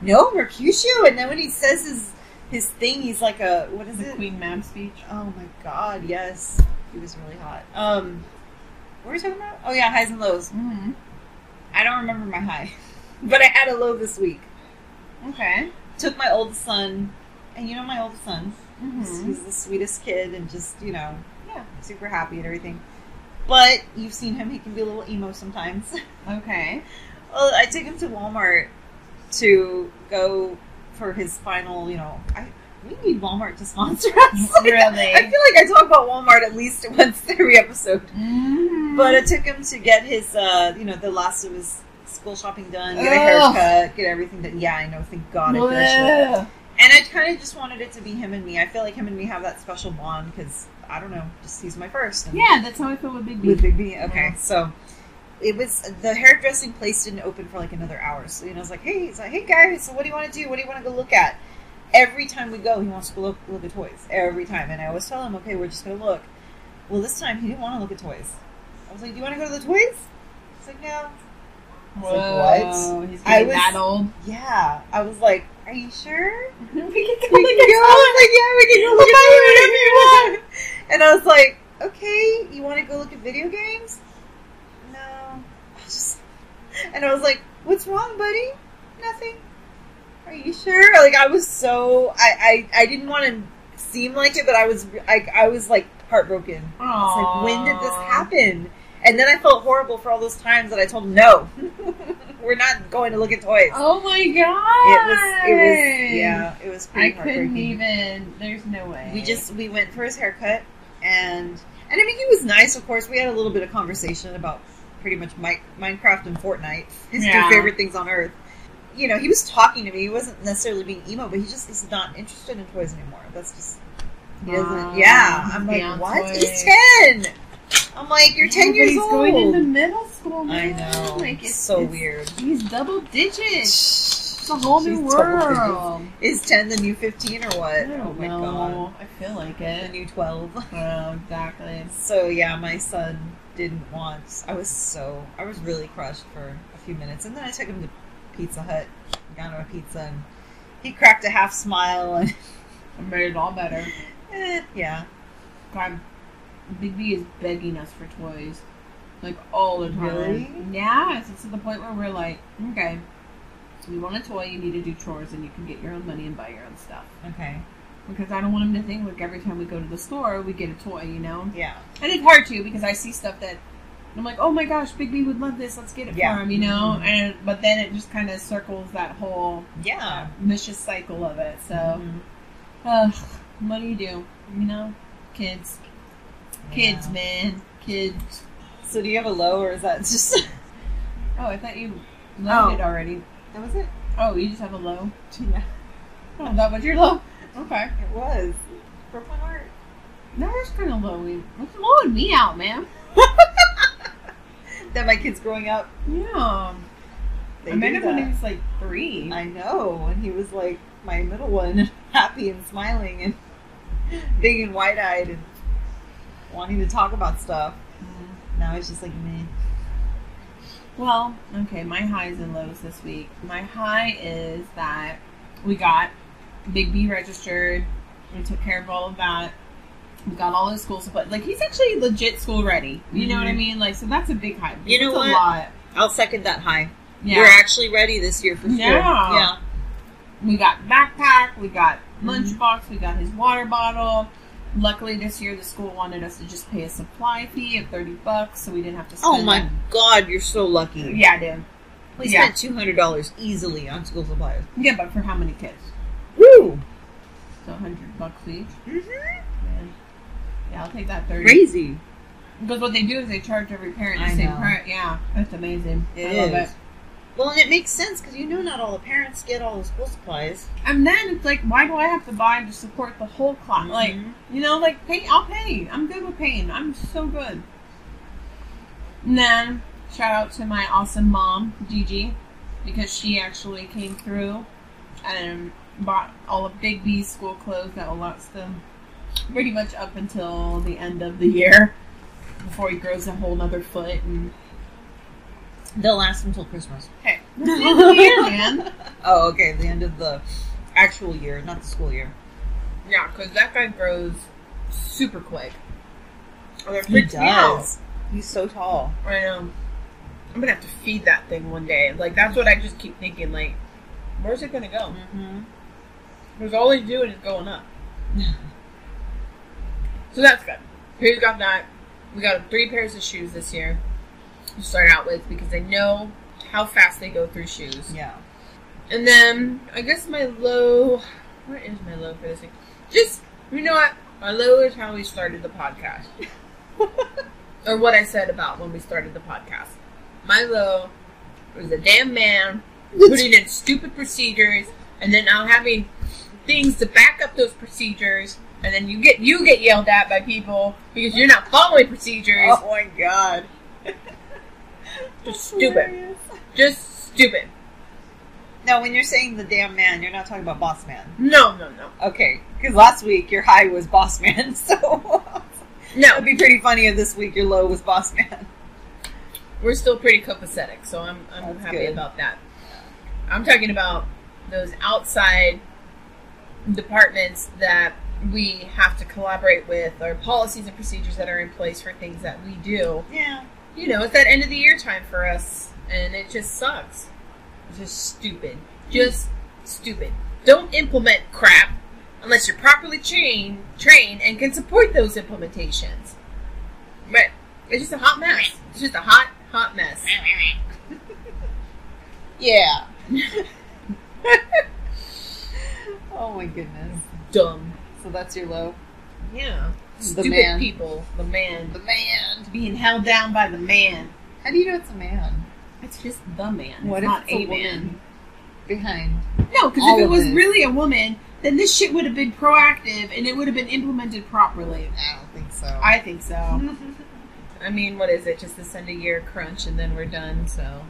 Speaker 3: No, Mercutio. And then when he says his his thing, he's like a what is
Speaker 2: the
Speaker 3: it?
Speaker 2: Queen Mab speech.
Speaker 3: Oh my God! Yes, he was really hot. Um, what were we talking about? Oh yeah, highs and lows.
Speaker 2: Mm-hmm.
Speaker 3: I don't remember my high, but I had a low this week.
Speaker 2: Okay.
Speaker 3: Took my oldest son, and you know my oldest son. He's-
Speaker 2: Mm-hmm.
Speaker 3: He's the sweetest kid and just, you know,
Speaker 2: Yeah.
Speaker 3: super happy and everything. But you've seen him, he can be a little emo sometimes.
Speaker 2: Okay.
Speaker 3: well, I took him to Walmart to go for his final, you know, I we need Walmart to sponsor us. Like, I
Speaker 2: Really.
Speaker 3: feel like I talk about Walmart at least once every episode.
Speaker 2: Mhm.
Speaker 3: But I took him to get his, uh, you know, the last of his school shopping done, get a
Speaker 2: Ugh.
Speaker 3: haircut, get everything done. Yeah, I know, thank God I finished it.
Speaker 2: Bleh.
Speaker 3: And I kind of just wanted it to be him and me. I feel like him and me have that special bond because I don't know, just he's my first. And
Speaker 2: Yeah, that's how I feel with Big B.
Speaker 3: with Big B. Okay,
Speaker 2: Yeah.
Speaker 3: so it was the hairdressing place didn't open for like another hour. So you know, I was like, hey, he's like, hey guys, so what do you want to do? What do you want to go look at? Every time we go, he wants to go look, look at toys every time, and I always tell him, okay, we're just gonna look. Well, this time he didn't want to look at toys. I was like, "Do you want to go to the toys?" He's like, "No." was like,
Speaker 2: Whoa, He's
Speaker 3: I
Speaker 2: getting
Speaker 3: was-
Speaker 2: that old.
Speaker 3: Yeah, I was like, "Are you sure?"
Speaker 2: we can
Speaker 3: We can go. I was like, "Yeah, oh we can go look at whatever you want." And I was like, "Okay, you want to go look at video games?" No, I just. And I was like, "What's wrong, buddy?" Nothing. Are you sure? Like I was so I I, I didn't want to seem like it, but I was I I was like heartbroken. It's like, when did this happen? And then I felt horrible for all those times that I told him, no, we're not going to look at toys.
Speaker 2: Oh my
Speaker 3: It
Speaker 2: god!
Speaker 3: was, it was, yeah, it was
Speaker 2: I
Speaker 3: pretty
Speaker 2: couldn't
Speaker 3: heartbreaking.
Speaker 2: even. There's no way.
Speaker 3: We just, we went for his haircut, and, and I mean, he was nice, of course. We had a little bit of conversation about pretty much Mi- Minecraft and Fortnite, his
Speaker 2: Yeah.
Speaker 3: two favorite things on earth. You know, he was talking to me. He wasn't necessarily being emo, but he just is not interested in toys anymore. That's just he
Speaker 2: Wow.
Speaker 3: doesn't. Yeah, I'm like,
Speaker 2: Beyond
Speaker 3: what?
Speaker 2: toys.
Speaker 3: He's ten. I'm like, you're
Speaker 2: Yeah,
Speaker 3: ten
Speaker 2: but
Speaker 3: years
Speaker 2: he's
Speaker 3: old.
Speaker 2: going into middle school.
Speaker 3: I
Speaker 2: Man.
Speaker 3: know.
Speaker 2: Like it's
Speaker 3: it's so
Speaker 2: it's-
Speaker 3: weird.
Speaker 2: He's double digits.
Speaker 3: It's
Speaker 2: It's a whole new world.
Speaker 3: Is ten the new fifteen or what? Oh my god,
Speaker 2: I feel like
Speaker 3: the
Speaker 2: it.
Speaker 3: new twelve.
Speaker 2: Oh, exactly.
Speaker 3: So yeah, my son didn't want. I was so I was really crushed for a few minutes, and then I took him to Pizza Hut, got him a pizza, and he cracked a half smile and
Speaker 2: I made it all better.
Speaker 3: eh, yeah.
Speaker 2: God, Big B is begging us for toys, like all the time.
Speaker 3: Really?
Speaker 2: Yeah, it's it's to the point where we're like, okay, you want a toy, you need to do chores, and you can get your own money and buy your own stuff.
Speaker 3: Okay.
Speaker 2: Because I don't want him to think like every time we go to the store, we get a toy, you know.
Speaker 3: Yeah.
Speaker 2: And it's hard to because I see stuff that I'm like, oh my gosh, Big B would love this. Let's get it
Speaker 3: Yeah.
Speaker 2: for him, you know.
Speaker 3: Mhm.
Speaker 2: And but then it just kind of circles that whole
Speaker 3: Yeah.
Speaker 2: vicious cycle of it. So.
Speaker 3: Mhm.
Speaker 2: Ugh, what do you do? You know, kids, kids,
Speaker 3: Yeah.
Speaker 2: man, kids.
Speaker 3: So do you have a low, or is that just
Speaker 2: Oh, I thought you loved
Speaker 3: Oh.
Speaker 2: it already.
Speaker 3: that was it?
Speaker 2: Oh, you just have a low.
Speaker 3: Yeah,
Speaker 2: Oh, that was your low. Okay,
Speaker 3: it was. Broke my heart.
Speaker 2: that was kind of low. It's lowing me out, man.
Speaker 3: That my kids growing up,
Speaker 2: Yeah,
Speaker 3: they
Speaker 2: I met
Speaker 3: do
Speaker 2: him when he
Speaker 3: that.
Speaker 2: was like three.
Speaker 3: I know, and he was like my middle one, happy and smiling and big and wide eyed and wanting to talk about stuff.
Speaker 2: Mm.
Speaker 3: Now he's just like me.
Speaker 2: Well, okay, my highs and lows this week. My high is that we got Big B registered. We took care of all of that. We got all his school support. Like he's actually legit school ready. You know what I
Speaker 3: Mhm.
Speaker 2: mean? Like so that's a big high.
Speaker 3: You know
Speaker 2: That's
Speaker 3: what?
Speaker 2: A lot.
Speaker 3: I'll second that high.
Speaker 2: Yeah.
Speaker 3: We're actually ready this year for school.
Speaker 2: Yeah.
Speaker 3: Yeah.
Speaker 2: we got backpack. We got
Speaker 3: Mhm.
Speaker 2: lunchbox. We got his water bottle. Luckily, this year the school wanted us to just pay a supply fee of thirty bucks, so we didn't have to. Spend
Speaker 3: Oh my god, you're so lucky.
Speaker 2: Yeah, dude.
Speaker 3: We
Speaker 2: Yeah.
Speaker 3: spent two hundred dollars easily on school supplies.
Speaker 2: Yeah, but for how many kids?
Speaker 3: Woo!
Speaker 2: So hundred bucks each.
Speaker 3: Mm-hmm.
Speaker 2: Yeah, I'll take that thirty.
Speaker 3: Crazy.
Speaker 2: Because what they do is they charge every parent the
Speaker 3: I
Speaker 2: same
Speaker 3: know.
Speaker 2: price. Yeah, that's amazing.
Speaker 3: It
Speaker 2: I love
Speaker 3: is.
Speaker 2: it.
Speaker 3: Well, and it makes sense because you know not all the parents get all the school supplies.
Speaker 2: And then it's like, why do I have to buy to support the whole class? Like,
Speaker 3: Mhm.
Speaker 2: you know, like pay. I'll pay. I'm good with paying. I'm so good. And then shout out to my awesome mom, Gigi, because she actually came through and bought all of Big B's school clothes that will last them pretty much up until the end of the year before he grows a whole nother foot and
Speaker 3: they'll last until Christmas.
Speaker 2: Hey, this is the year, man.
Speaker 3: Oh, okay. The end of the actual year, not the school year.
Speaker 2: Yeah, because that guy grows super quick. Oh, that
Speaker 3: He
Speaker 2: freaks me out.
Speaker 3: does. He's so tall.
Speaker 2: I know. um, I'm gonna have to feed that thing one day. Like that's what I just keep thinking. Like, where's it gonna go?
Speaker 3: Mm-hmm.
Speaker 2: Because all he's doing is going up. So that's good. Here you got that. We got him three pairs of shoes this year to start out with because they know how fast they go through shoes.
Speaker 3: Yeah.
Speaker 2: And then I guess my low. Where is my low for this thing? Just you know what? My low is how we started the podcast, or what I said about when we started the podcast. My low was a damn man putting in stupid procedures, and then now having things to back up those procedures, and then you get you get yelled at by people because you're not following procedures.
Speaker 3: Oh my god.
Speaker 2: Just stupid. Just stupid.
Speaker 3: Now, when you're saying the damn man, you're not talking about boss man.
Speaker 2: No, no, no.
Speaker 3: Okay, because last week your high was boss man, so No, it'd be pretty funny if this week your low was Boss Man.
Speaker 4: We're still pretty copacetic, so I'm I'm
Speaker 3: That's
Speaker 4: happy
Speaker 3: good.
Speaker 4: about that. I'm talking about those outside departments that we have to collaborate with, or policies and procedures that are in place for things that we do.
Speaker 3: Yeah.
Speaker 4: You know, it's that end of the year time for us, and it just sucks. It's just stupid. Just stupid. Don't implement crap unless you're properly trained, trained and can support those implementations. But it's just a hot mess. It's just a hot, hot mess.
Speaker 3: Yeah. oh my goodness.
Speaker 4: Dumb.
Speaker 3: So that's your low.
Speaker 4: Yeah.
Speaker 3: The
Speaker 4: Stupid
Speaker 3: man.
Speaker 4: people. The man.
Speaker 3: man.
Speaker 2: Being held down by the man.
Speaker 3: How do you know it's a man
Speaker 2: It's just the man.
Speaker 3: What
Speaker 2: What
Speaker 3: if
Speaker 2: it's not
Speaker 3: it's a
Speaker 2: a man.
Speaker 3: behind?
Speaker 2: No, because
Speaker 3: All
Speaker 2: if it
Speaker 3: of
Speaker 2: was
Speaker 3: it.
Speaker 2: really a woman, then this shit would have been proactive and it would have been implemented properly.
Speaker 3: I don't think so. Uh,
Speaker 2: I think so.
Speaker 4: I mean, what is it? Just this end of year crunch, and then we're done. So,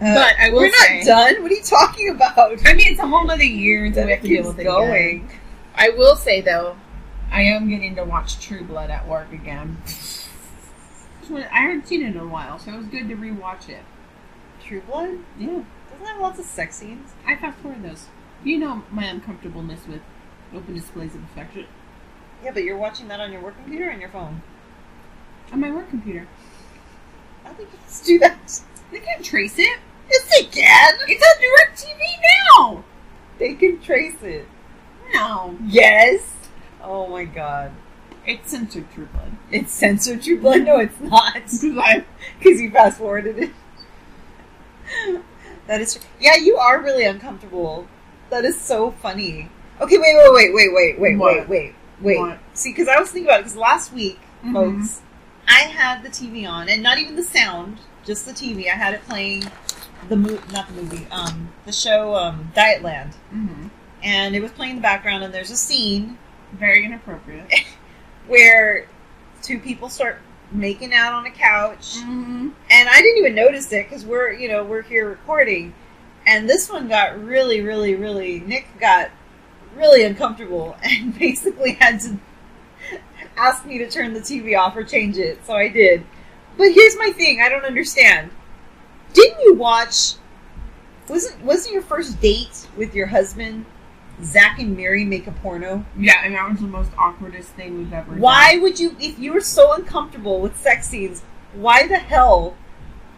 Speaker 4: but I will
Speaker 3: we're
Speaker 4: say,
Speaker 3: not done. What are you talking about?
Speaker 4: I mean, it's a whole nother year until we have
Speaker 3: It
Speaker 4: to deal
Speaker 3: keeps
Speaker 4: with it again.
Speaker 3: going.
Speaker 4: I will say though, I am getting to watch True Blood at work again.
Speaker 2: I haven't seen it in a while, so it was good to rewatch it.
Speaker 3: True Blood
Speaker 2: Yeah,
Speaker 3: doesn't have lots of sex scenes.
Speaker 2: I found four of those. You know my uncomfortableness with open displays of affection
Speaker 3: Yeah, but you're watching that on your work computer or on your phone.
Speaker 2: on my work computer.
Speaker 3: I think you just do that.
Speaker 2: They can't trace it.
Speaker 3: Yes, they can.
Speaker 2: It's on direct TV now.
Speaker 3: They can trace it.
Speaker 2: No,
Speaker 3: Yes. Oh my god.
Speaker 2: it's censored True Blood.
Speaker 3: It's censored True Blood? No, it's not.
Speaker 2: I-
Speaker 3: Because you fast forwarded it. that is true. Yeah, you are really uncomfortable. That is so funny. Okay, wait, wait, wait, wait, wait, wait, wait,
Speaker 2: What?
Speaker 3: wait, wait.
Speaker 2: What?
Speaker 3: See, because I was thinking about it, because last week,
Speaker 2: Mhm.
Speaker 3: folks, I had the TV on, and not even the sound, just the TV. I had it playing the movie, not the movie, um, the show um, Dietland.
Speaker 2: Mhm.
Speaker 3: And it was playing in the background, and there's a scene
Speaker 2: Very inappropriate.
Speaker 3: where two people start making out on a couch
Speaker 2: mm-hmm.
Speaker 3: and I didn't even notice it because we're you know we're here recording, and this one got really really really Nick got really uncomfortable and basically had to ask me to turn the TV off or change it, so I did. But here's my thing: I don't understand. Didn't you watch? Wasn't wasn't your first date with your husband? Zach and Mary make a porno.
Speaker 2: Yeah, and that was the most awkwardest thing we've ever.
Speaker 3: Why would you, if you were so uncomfortable with sex scenes, why the hell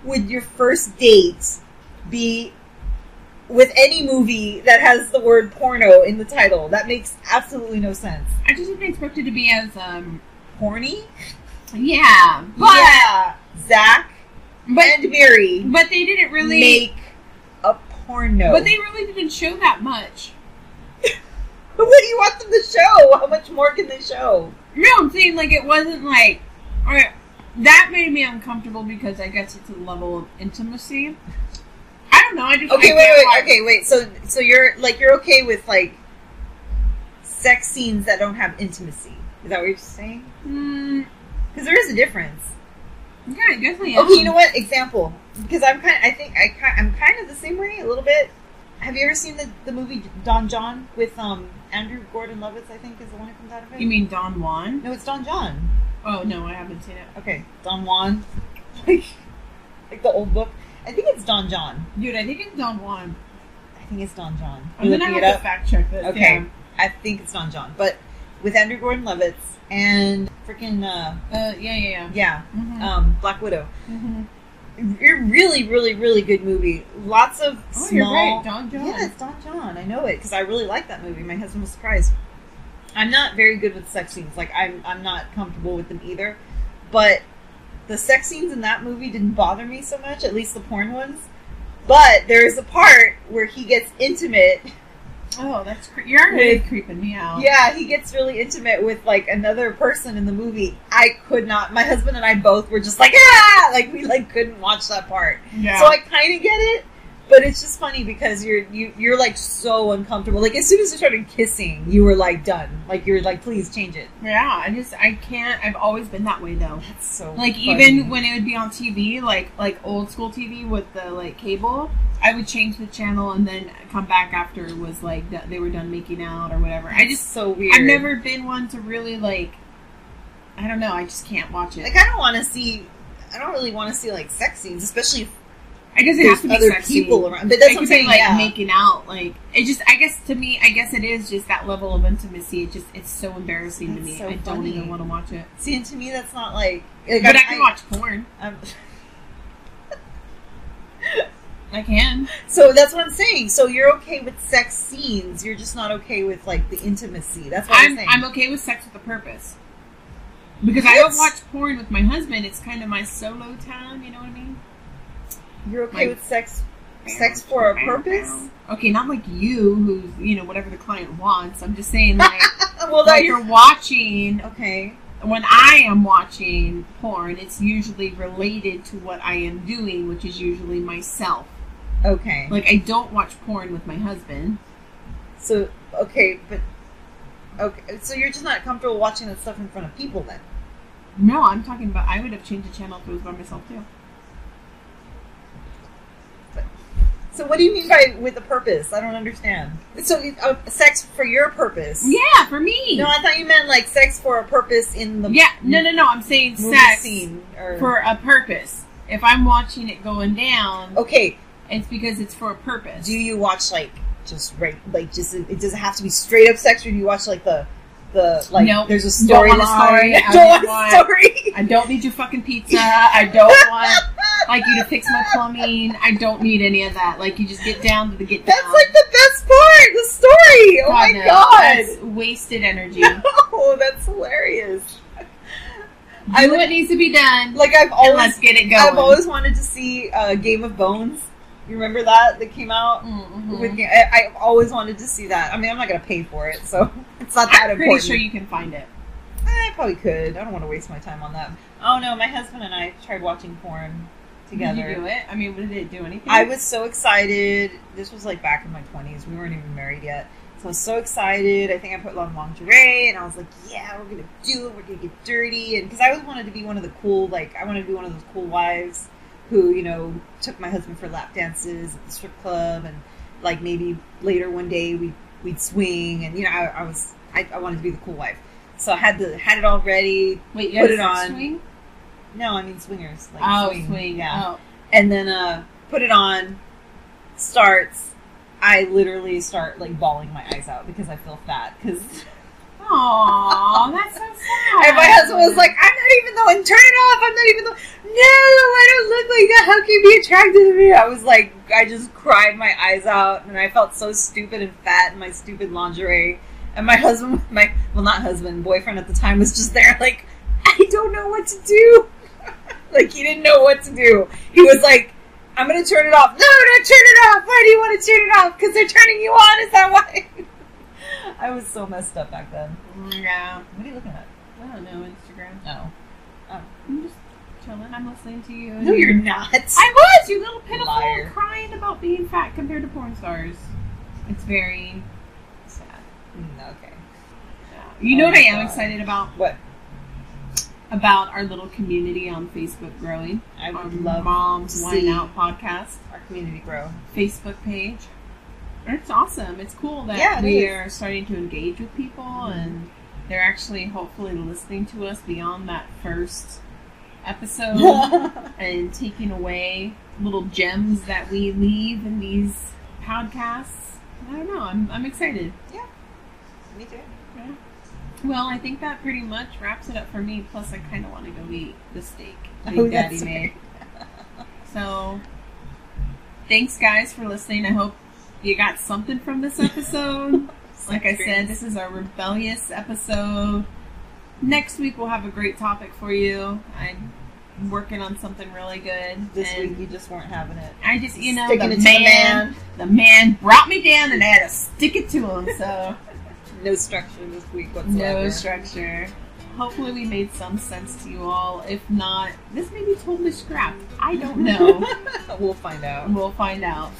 Speaker 3: would your first date be with any movie that has the word porno in the title? That makes absolutely no sense.
Speaker 2: done. I just didn't expect it to be as um.
Speaker 3: Horny?
Speaker 2: Yeah, but
Speaker 3: yeah. Zach
Speaker 2: but
Speaker 3: and Mary
Speaker 2: but they didn't really.
Speaker 3: make a porno.
Speaker 2: But they really didn't show that much.
Speaker 3: what do you want them to show? How much more can they show?
Speaker 2: No, I'm saying like it wasn't like all right. That made me uncomfortable because I guess it's a level of intimacy. I don't know. I just
Speaker 3: Okay,
Speaker 2: I
Speaker 3: wait, wait,
Speaker 2: can't-
Speaker 3: okay, wait. So, so you're like you're okay with like sex scenes that don't have intimacy? Is that what you're saying?
Speaker 2: Mm,
Speaker 3: Because there is a difference.
Speaker 2: yeah, definitely.
Speaker 3: Okay, you know what? Example. Because I'm kind. I think I. ki- I'm kind of the same way a little bit. Have you ever seen the, the movie Don John with um Andrew Gordon Levitt? I think is the one that comes out of it.
Speaker 2: You mean Don Juan?
Speaker 3: no? It's Don John.
Speaker 2: Oh no, I haven't seen it.
Speaker 3: Okay, Don Juan, like like the old book. I think it's Don John.
Speaker 2: Dude, I think it's Don Juan.
Speaker 3: I think it's Don John.
Speaker 2: I'm
Speaker 3: You
Speaker 2: gonna
Speaker 3: looking
Speaker 2: have
Speaker 3: it up?
Speaker 2: to fact check this.
Speaker 3: Okay.
Speaker 2: yeah.
Speaker 3: I think it's Don John, but with Andrew Gordon Levitt and freaking uh,
Speaker 2: Uh, yeah, yeah, yeah.
Speaker 3: yeah,
Speaker 2: Mhm,
Speaker 3: um, Black Widow.
Speaker 2: mhm.
Speaker 3: You're really, really, really good movie. Lots of
Speaker 2: Oh,
Speaker 3: small.
Speaker 2: you're right, Don Juan.
Speaker 3: Yeah, it's Don John. I know it because I really like that movie. My husband was surprised. I'm not very good with sex scenes. Like I'm, I'm not comfortable with them either. But the sex scenes in that movie didn't bother me so much. At least the porn ones. But there is a part where he gets intimate
Speaker 2: Oh, that's cre- you're already
Speaker 3: With-
Speaker 2: creeping me out.
Speaker 3: Yeah, he gets really intimate with like another person in the movie. I could not. My husband and I both were just like ah, like we like couldn't watch that part.
Speaker 2: yeah.
Speaker 3: So I kind of get it, but it's just funny because you're you you're like so uncomfortable. Like as soon as they started kissing, you were like done. Like you were like please change it.
Speaker 2: yeah, I just I can't. I've always been that way though.
Speaker 3: That's so
Speaker 2: like
Speaker 3: funny.
Speaker 2: even when it would be on TV, like like old school TV with the like cable, I would change the channel and then come back after it was like th- they were done making out or whatever. I
Speaker 3: It's
Speaker 2: just
Speaker 3: so weird.
Speaker 2: I've never been one to really like I don't know. I just can't watch it.
Speaker 3: Like I don't want to see. I don't really want to see like sex scenes, especially if
Speaker 2: I guess it
Speaker 3: there's
Speaker 2: has to be
Speaker 3: other
Speaker 2: sexy.
Speaker 3: people around. But that's
Speaker 2: I
Speaker 3: what I'm
Speaker 2: keep
Speaker 3: saying.
Speaker 2: saying, like
Speaker 3: yeah.
Speaker 2: making out. Like it just. I guess to me, I guess it is just that level of intimacy. It just it's so embarrassing to
Speaker 3: That's
Speaker 2: me.
Speaker 3: so
Speaker 2: I don't
Speaker 3: funny.
Speaker 2: even want to watch it.
Speaker 3: See, and to me, that's not like. like
Speaker 2: but I, can watch porn.
Speaker 3: I'm-
Speaker 2: I can.
Speaker 3: so that's what I'm saying. So you're okay with sex scenes. You're just not okay with like the intimacy. That's what I'm,
Speaker 2: I'm
Speaker 3: saying.
Speaker 2: I'm okay with sex with a purpose. Because I don't
Speaker 3: What?
Speaker 2: watch porn with my husband. It's kind of my solo time. You know what I mean?
Speaker 3: you're okay
Speaker 2: like-
Speaker 3: with sex, sex for a purpose.
Speaker 2: Okay, not like you, who's you know whatever the client wants. I'm just saying like
Speaker 3: Uh, well,
Speaker 2: while
Speaker 3: that
Speaker 2: you're watching
Speaker 3: okay.
Speaker 2: when I am watching porn, it's usually related to what I am doing, which is usually myself.
Speaker 3: Okay.
Speaker 2: Like I don't watch porn with my husband.
Speaker 3: So okay, but okay. So you're just not comfortable watching that stuff in front of people then.
Speaker 2: No, I'm talking about I would have changed the channel if it was by myself too.
Speaker 3: So what do you mean by with a purpose? I don't understand. So uh, sex for your purpose?
Speaker 2: Yeah, for me.
Speaker 3: No, I thought you meant like sex for a purpose in the
Speaker 2: yeah, no, no, no. I'm saying
Speaker 3: movie
Speaker 2: sex
Speaker 3: scene or
Speaker 2: for a purpose. If I'm watching it going down,
Speaker 3: okay.
Speaker 2: it's because it's for a purpose.
Speaker 3: Oh. Do you watch like just right like just it doesn't have to be straight up sex, or do you watch like the the like
Speaker 2: Nope.
Speaker 3: there's a
Speaker 2: Don't
Speaker 3: story
Speaker 2: want a story.
Speaker 3: line?
Speaker 2: I
Speaker 3: Don't
Speaker 2: don't
Speaker 3: want
Speaker 2: want-
Speaker 3: a story.
Speaker 2: I don't need your fucking pizza. I don't want like you to fix my plumbing. I don't need any of that. Like you just get down to the get down.
Speaker 3: That's like the best part, the story. Oh my
Speaker 2: no.
Speaker 3: god.
Speaker 2: That's wasted energy.
Speaker 3: Oh, that's hilarious. I
Speaker 2: I do
Speaker 3: would-
Speaker 2: what needs to be done.
Speaker 3: Like I've
Speaker 2: and
Speaker 3: always
Speaker 2: let's get it going.
Speaker 3: I've always wanted to see uh, Game of Bones. You remember that that came out?
Speaker 2: Mhm.
Speaker 3: With I, I've always wanted to see that. I mean, I'm not going to pay for it, so it's not that
Speaker 2: I'm pretty
Speaker 3: important.
Speaker 2: sure you can find it.
Speaker 3: I probably could. I don't want to waste my time on that. Oh no, my husband and I tried watching porn together.
Speaker 2: Did you do it? I mean, did it do anything?
Speaker 3: I was so excited. This was like back in my 20s. We weren't even married yet. So I was so excited. I think I put on lingerie and I was like, yeah, we're going to do it. We're going to get dirty. And because I always wanted to be one of the cool, like, I wanted to be one of those cool wives who, you know, took my husband for lap dances at the strip club. And like maybe later one day we'd, we'd swing. And, you know, I, I was, I, I wanted to be the cool wife. So I had the had it all ready.
Speaker 2: Wait,
Speaker 3: put
Speaker 2: yes,
Speaker 3: it on.
Speaker 2: Swing?
Speaker 3: No, I mean swingers. Like
Speaker 2: Oh, swing.
Speaker 3: Yeah
Speaker 2: Oh.
Speaker 3: and then uh put it on starts i literally start like bawling my eyes out because i feel fat because
Speaker 2: Aw, that's so sad.
Speaker 3: Oh. and my husband was like i'm not even the one turn it off i'm not even the no i don't look like that how can you be attracted to me i was like i just cried my eyes out and i felt so stupid and fat in my stupid lingerie and my husband my well not husband boyfriend at the time was just there like i don't know what to do like he didn't know what to do he was like i'm gonna turn it off no don't turn it off why do you want to turn it off because they're turning you on is that why i was so messed up back then
Speaker 2: yeah.
Speaker 3: what are you looking at
Speaker 2: I don't know Instagram.
Speaker 3: no
Speaker 2: I'm just chilling. I'm listening to you.
Speaker 3: no you're not
Speaker 2: I was, you little pitiful,
Speaker 3: Liar.
Speaker 2: crying about being fat compared to porn stars. It's very sad.
Speaker 3: Mm, okay
Speaker 2: You
Speaker 3: Oh
Speaker 2: know what
Speaker 3: my
Speaker 2: I am
Speaker 3: God.
Speaker 2: excited about?
Speaker 3: what
Speaker 2: About our little community on Facebook growing.
Speaker 3: i
Speaker 2: Our
Speaker 3: would love
Speaker 2: Moms
Speaker 3: to
Speaker 2: Wine
Speaker 3: see-
Speaker 2: Out podcast
Speaker 3: our community grow
Speaker 2: Facebook page. It's awesome. It's cool that
Speaker 3: Yeah, it
Speaker 2: we
Speaker 3: is.
Speaker 2: are starting to engage with people
Speaker 3: Mhm.
Speaker 2: and they're actually hopefully listening to us beyond that first episode.
Speaker 3: yeah
Speaker 2: and taking away little gems that we leave in these podcasts. I don't know. I'm, I'm excited.
Speaker 3: me too
Speaker 2: Well, I think that pretty much wraps it up for me. Plus, I kind of want to go eat the steak Big
Speaker 3: Oh,
Speaker 2: Daddy
Speaker 3: that's
Speaker 2: made. so, thanks guys for listening. I hope you got something from this episode. like I said, this is our rebellious episode. Next week we'll have a great topic for you. I'm working on something really good.
Speaker 3: this
Speaker 2: and
Speaker 3: week you just weren't having it
Speaker 2: I just, you know, the
Speaker 3: Sticking
Speaker 2: man,
Speaker 3: it to the man.
Speaker 2: the man brought me down and I had to stick it to him. So
Speaker 3: no structure this week whatsoever
Speaker 2: no structure. Hopefully, we made some sense to you all. If not, this may be totally scrapped. I don't know.
Speaker 3: we'll find out
Speaker 2: we'll find out.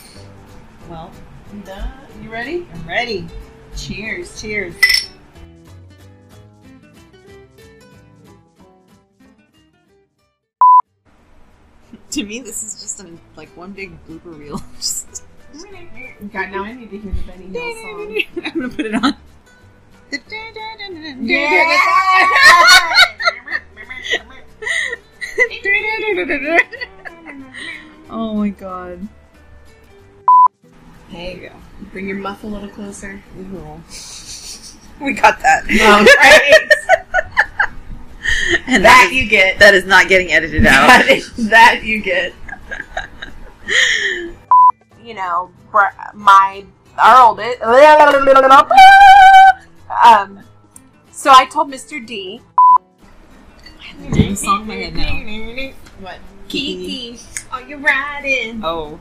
Speaker 3: well
Speaker 2: Duh. You ready?
Speaker 3: i'm ready
Speaker 2: Cheers.
Speaker 3: cheers to me this is just an, like one big blooper reel just
Speaker 2: God, now I need to hear the Benny Hill song.
Speaker 3: i'm gonna put it on
Speaker 2: Yeah.
Speaker 3: oh my god.
Speaker 2: There you go. Bring your muff a little closer.
Speaker 3: We got that. and Um, that,
Speaker 2: that you get.
Speaker 3: that is not getting edited out.
Speaker 2: That, is, that you get. you know, br- my our oldest. um, so I told Mr. D. song in my head now.
Speaker 4: What?
Speaker 2: Kiki,
Speaker 4: Are you riding?
Speaker 3: oh.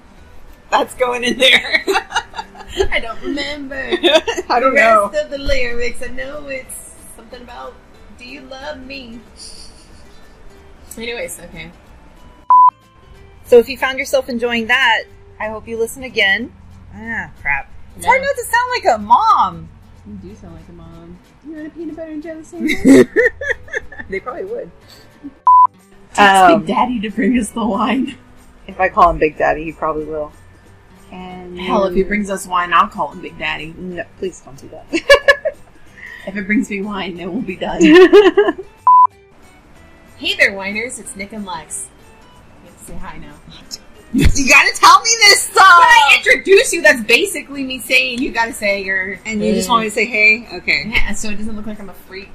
Speaker 3: That's going in there.
Speaker 4: I don't remember.
Speaker 3: I
Speaker 4: the rest of the lyrics. I know it's something about "Do you love me?"
Speaker 2: Anyways, okay.
Speaker 3: So if you found yourself enjoying that, I hope you listen again. Ah, crap. It's hard
Speaker 2: No.
Speaker 3: not to sound like a mom.
Speaker 2: You do sound like a mom. You want a peanut butter and jelly
Speaker 3: they probably would. Um,
Speaker 4: Um,
Speaker 2: Big Daddy to bring us the wine.
Speaker 3: if I call him Big Daddy, he probably will. And
Speaker 2: Hell, if he brings us wine, I'll call him Big Daddy.
Speaker 3: no, please don't do that.
Speaker 2: If it brings me wine, then we'll be done.
Speaker 4: Hey there, whiners! It's Nick and Lex. You have to say hi now.
Speaker 3: you gotta tell me this
Speaker 4: When I
Speaker 3: stuff.
Speaker 4: introduce you, that's basically me saying you gotta say your.
Speaker 3: And you just want me to say, hey, okay.
Speaker 4: Yeah, so it doesn't look like I'm a freak.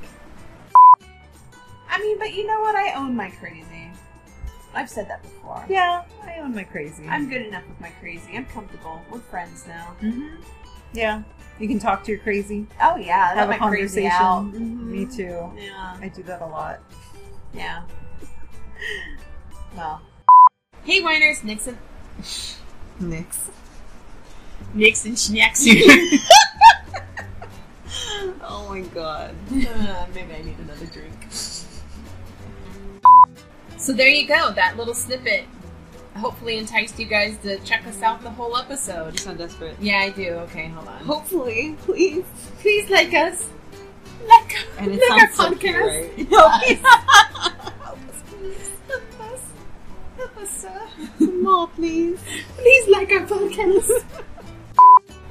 Speaker 2: I mean, but you know what? I own my crazy. I've said that before.
Speaker 3: Yeah, I own my crazy.
Speaker 2: I'm good enough with my crazy. I'm comfortable. We're friends now.
Speaker 3: hmm Yeah, you can talk to your crazy.
Speaker 2: Oh yeah, I
Speaker 3: Have
Speaker 2: let
Speaker 3: a
Speaker 2: my crazy
Speaker 3: conversation.
Speaker 2: out.
Speaker 3: Me
Speaker 4: Mm-hmm.
Speaker 3: too.
Speaker 2: Yeah,
Speaker 3: I do that a lot.
Speaker 2: yeah. Well,
Speaker 4: Hey, whiners! Nixon.
Speaker 3: Nix.
Speaker 2: Nixon schnacks here.
Speaker 3: Oh my god.
Speaker 2: Uh, Maybe I need another drink.
Speaker 4: So there you go. That little snippet hopefully enticed you guys to check us out the whole episode.
Speaker 3: sound desperate.
Speaker 4: Yeah, I do. Okay, hold on.
Speaker 3: Hopefully, please.
Speaker 4: Please like us. Like us.
Speaker 3: And it
Speaker 4: Like
Speaker 3: sounds
Speaker 4: our
Speaker 3: so cute,
Speaker 4: podcast.
Speaker 3: right?
Speaker 4: Help us. Help us, sir.
Speaker 3: More, please.
Speaker 4: Please like our podcast.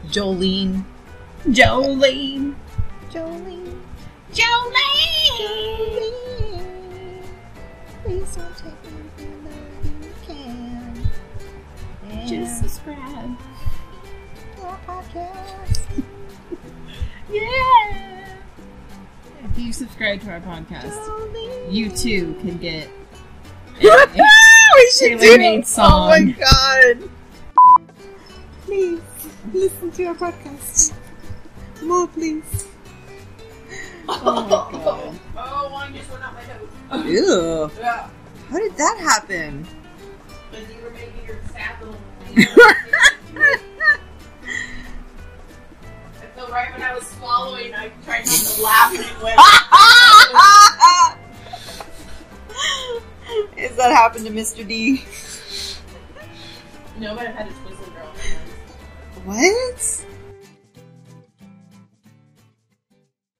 Speaker 3: Jolene.
Speaker 4: Jolene.
Speaker 3: Jolene.
Speaker 4: Jolene.
Speaker 3: Please don't take anything that you can.
Speaker 4: Just subscribe. Yeah.
Speaker 2: If you subscribe to our podcast, you too can get
Speaker 3: we should do
Speaker 2: Tailor-made
Speaker 3: it. Oh my
Speaker 2: song.
Speaker 3: god. Please listen to our podcast. More, please.
Speaker 2: Oh my god.
Speaker 4: Oh, one just went up my nose.
Speaker 3: Ew.
Speaker 4: Yeah.
Speaker 3: How did that happen?
Speaker 4: Because you were making your sad little. I feel right when I was swallowing, I tried not to laugh and it went.
Speaker 2: Ah!
Speaker 3: Is that happened to Mr. D?
Speaker 4: No, but I had a twisted girl.
Speaker 3: What?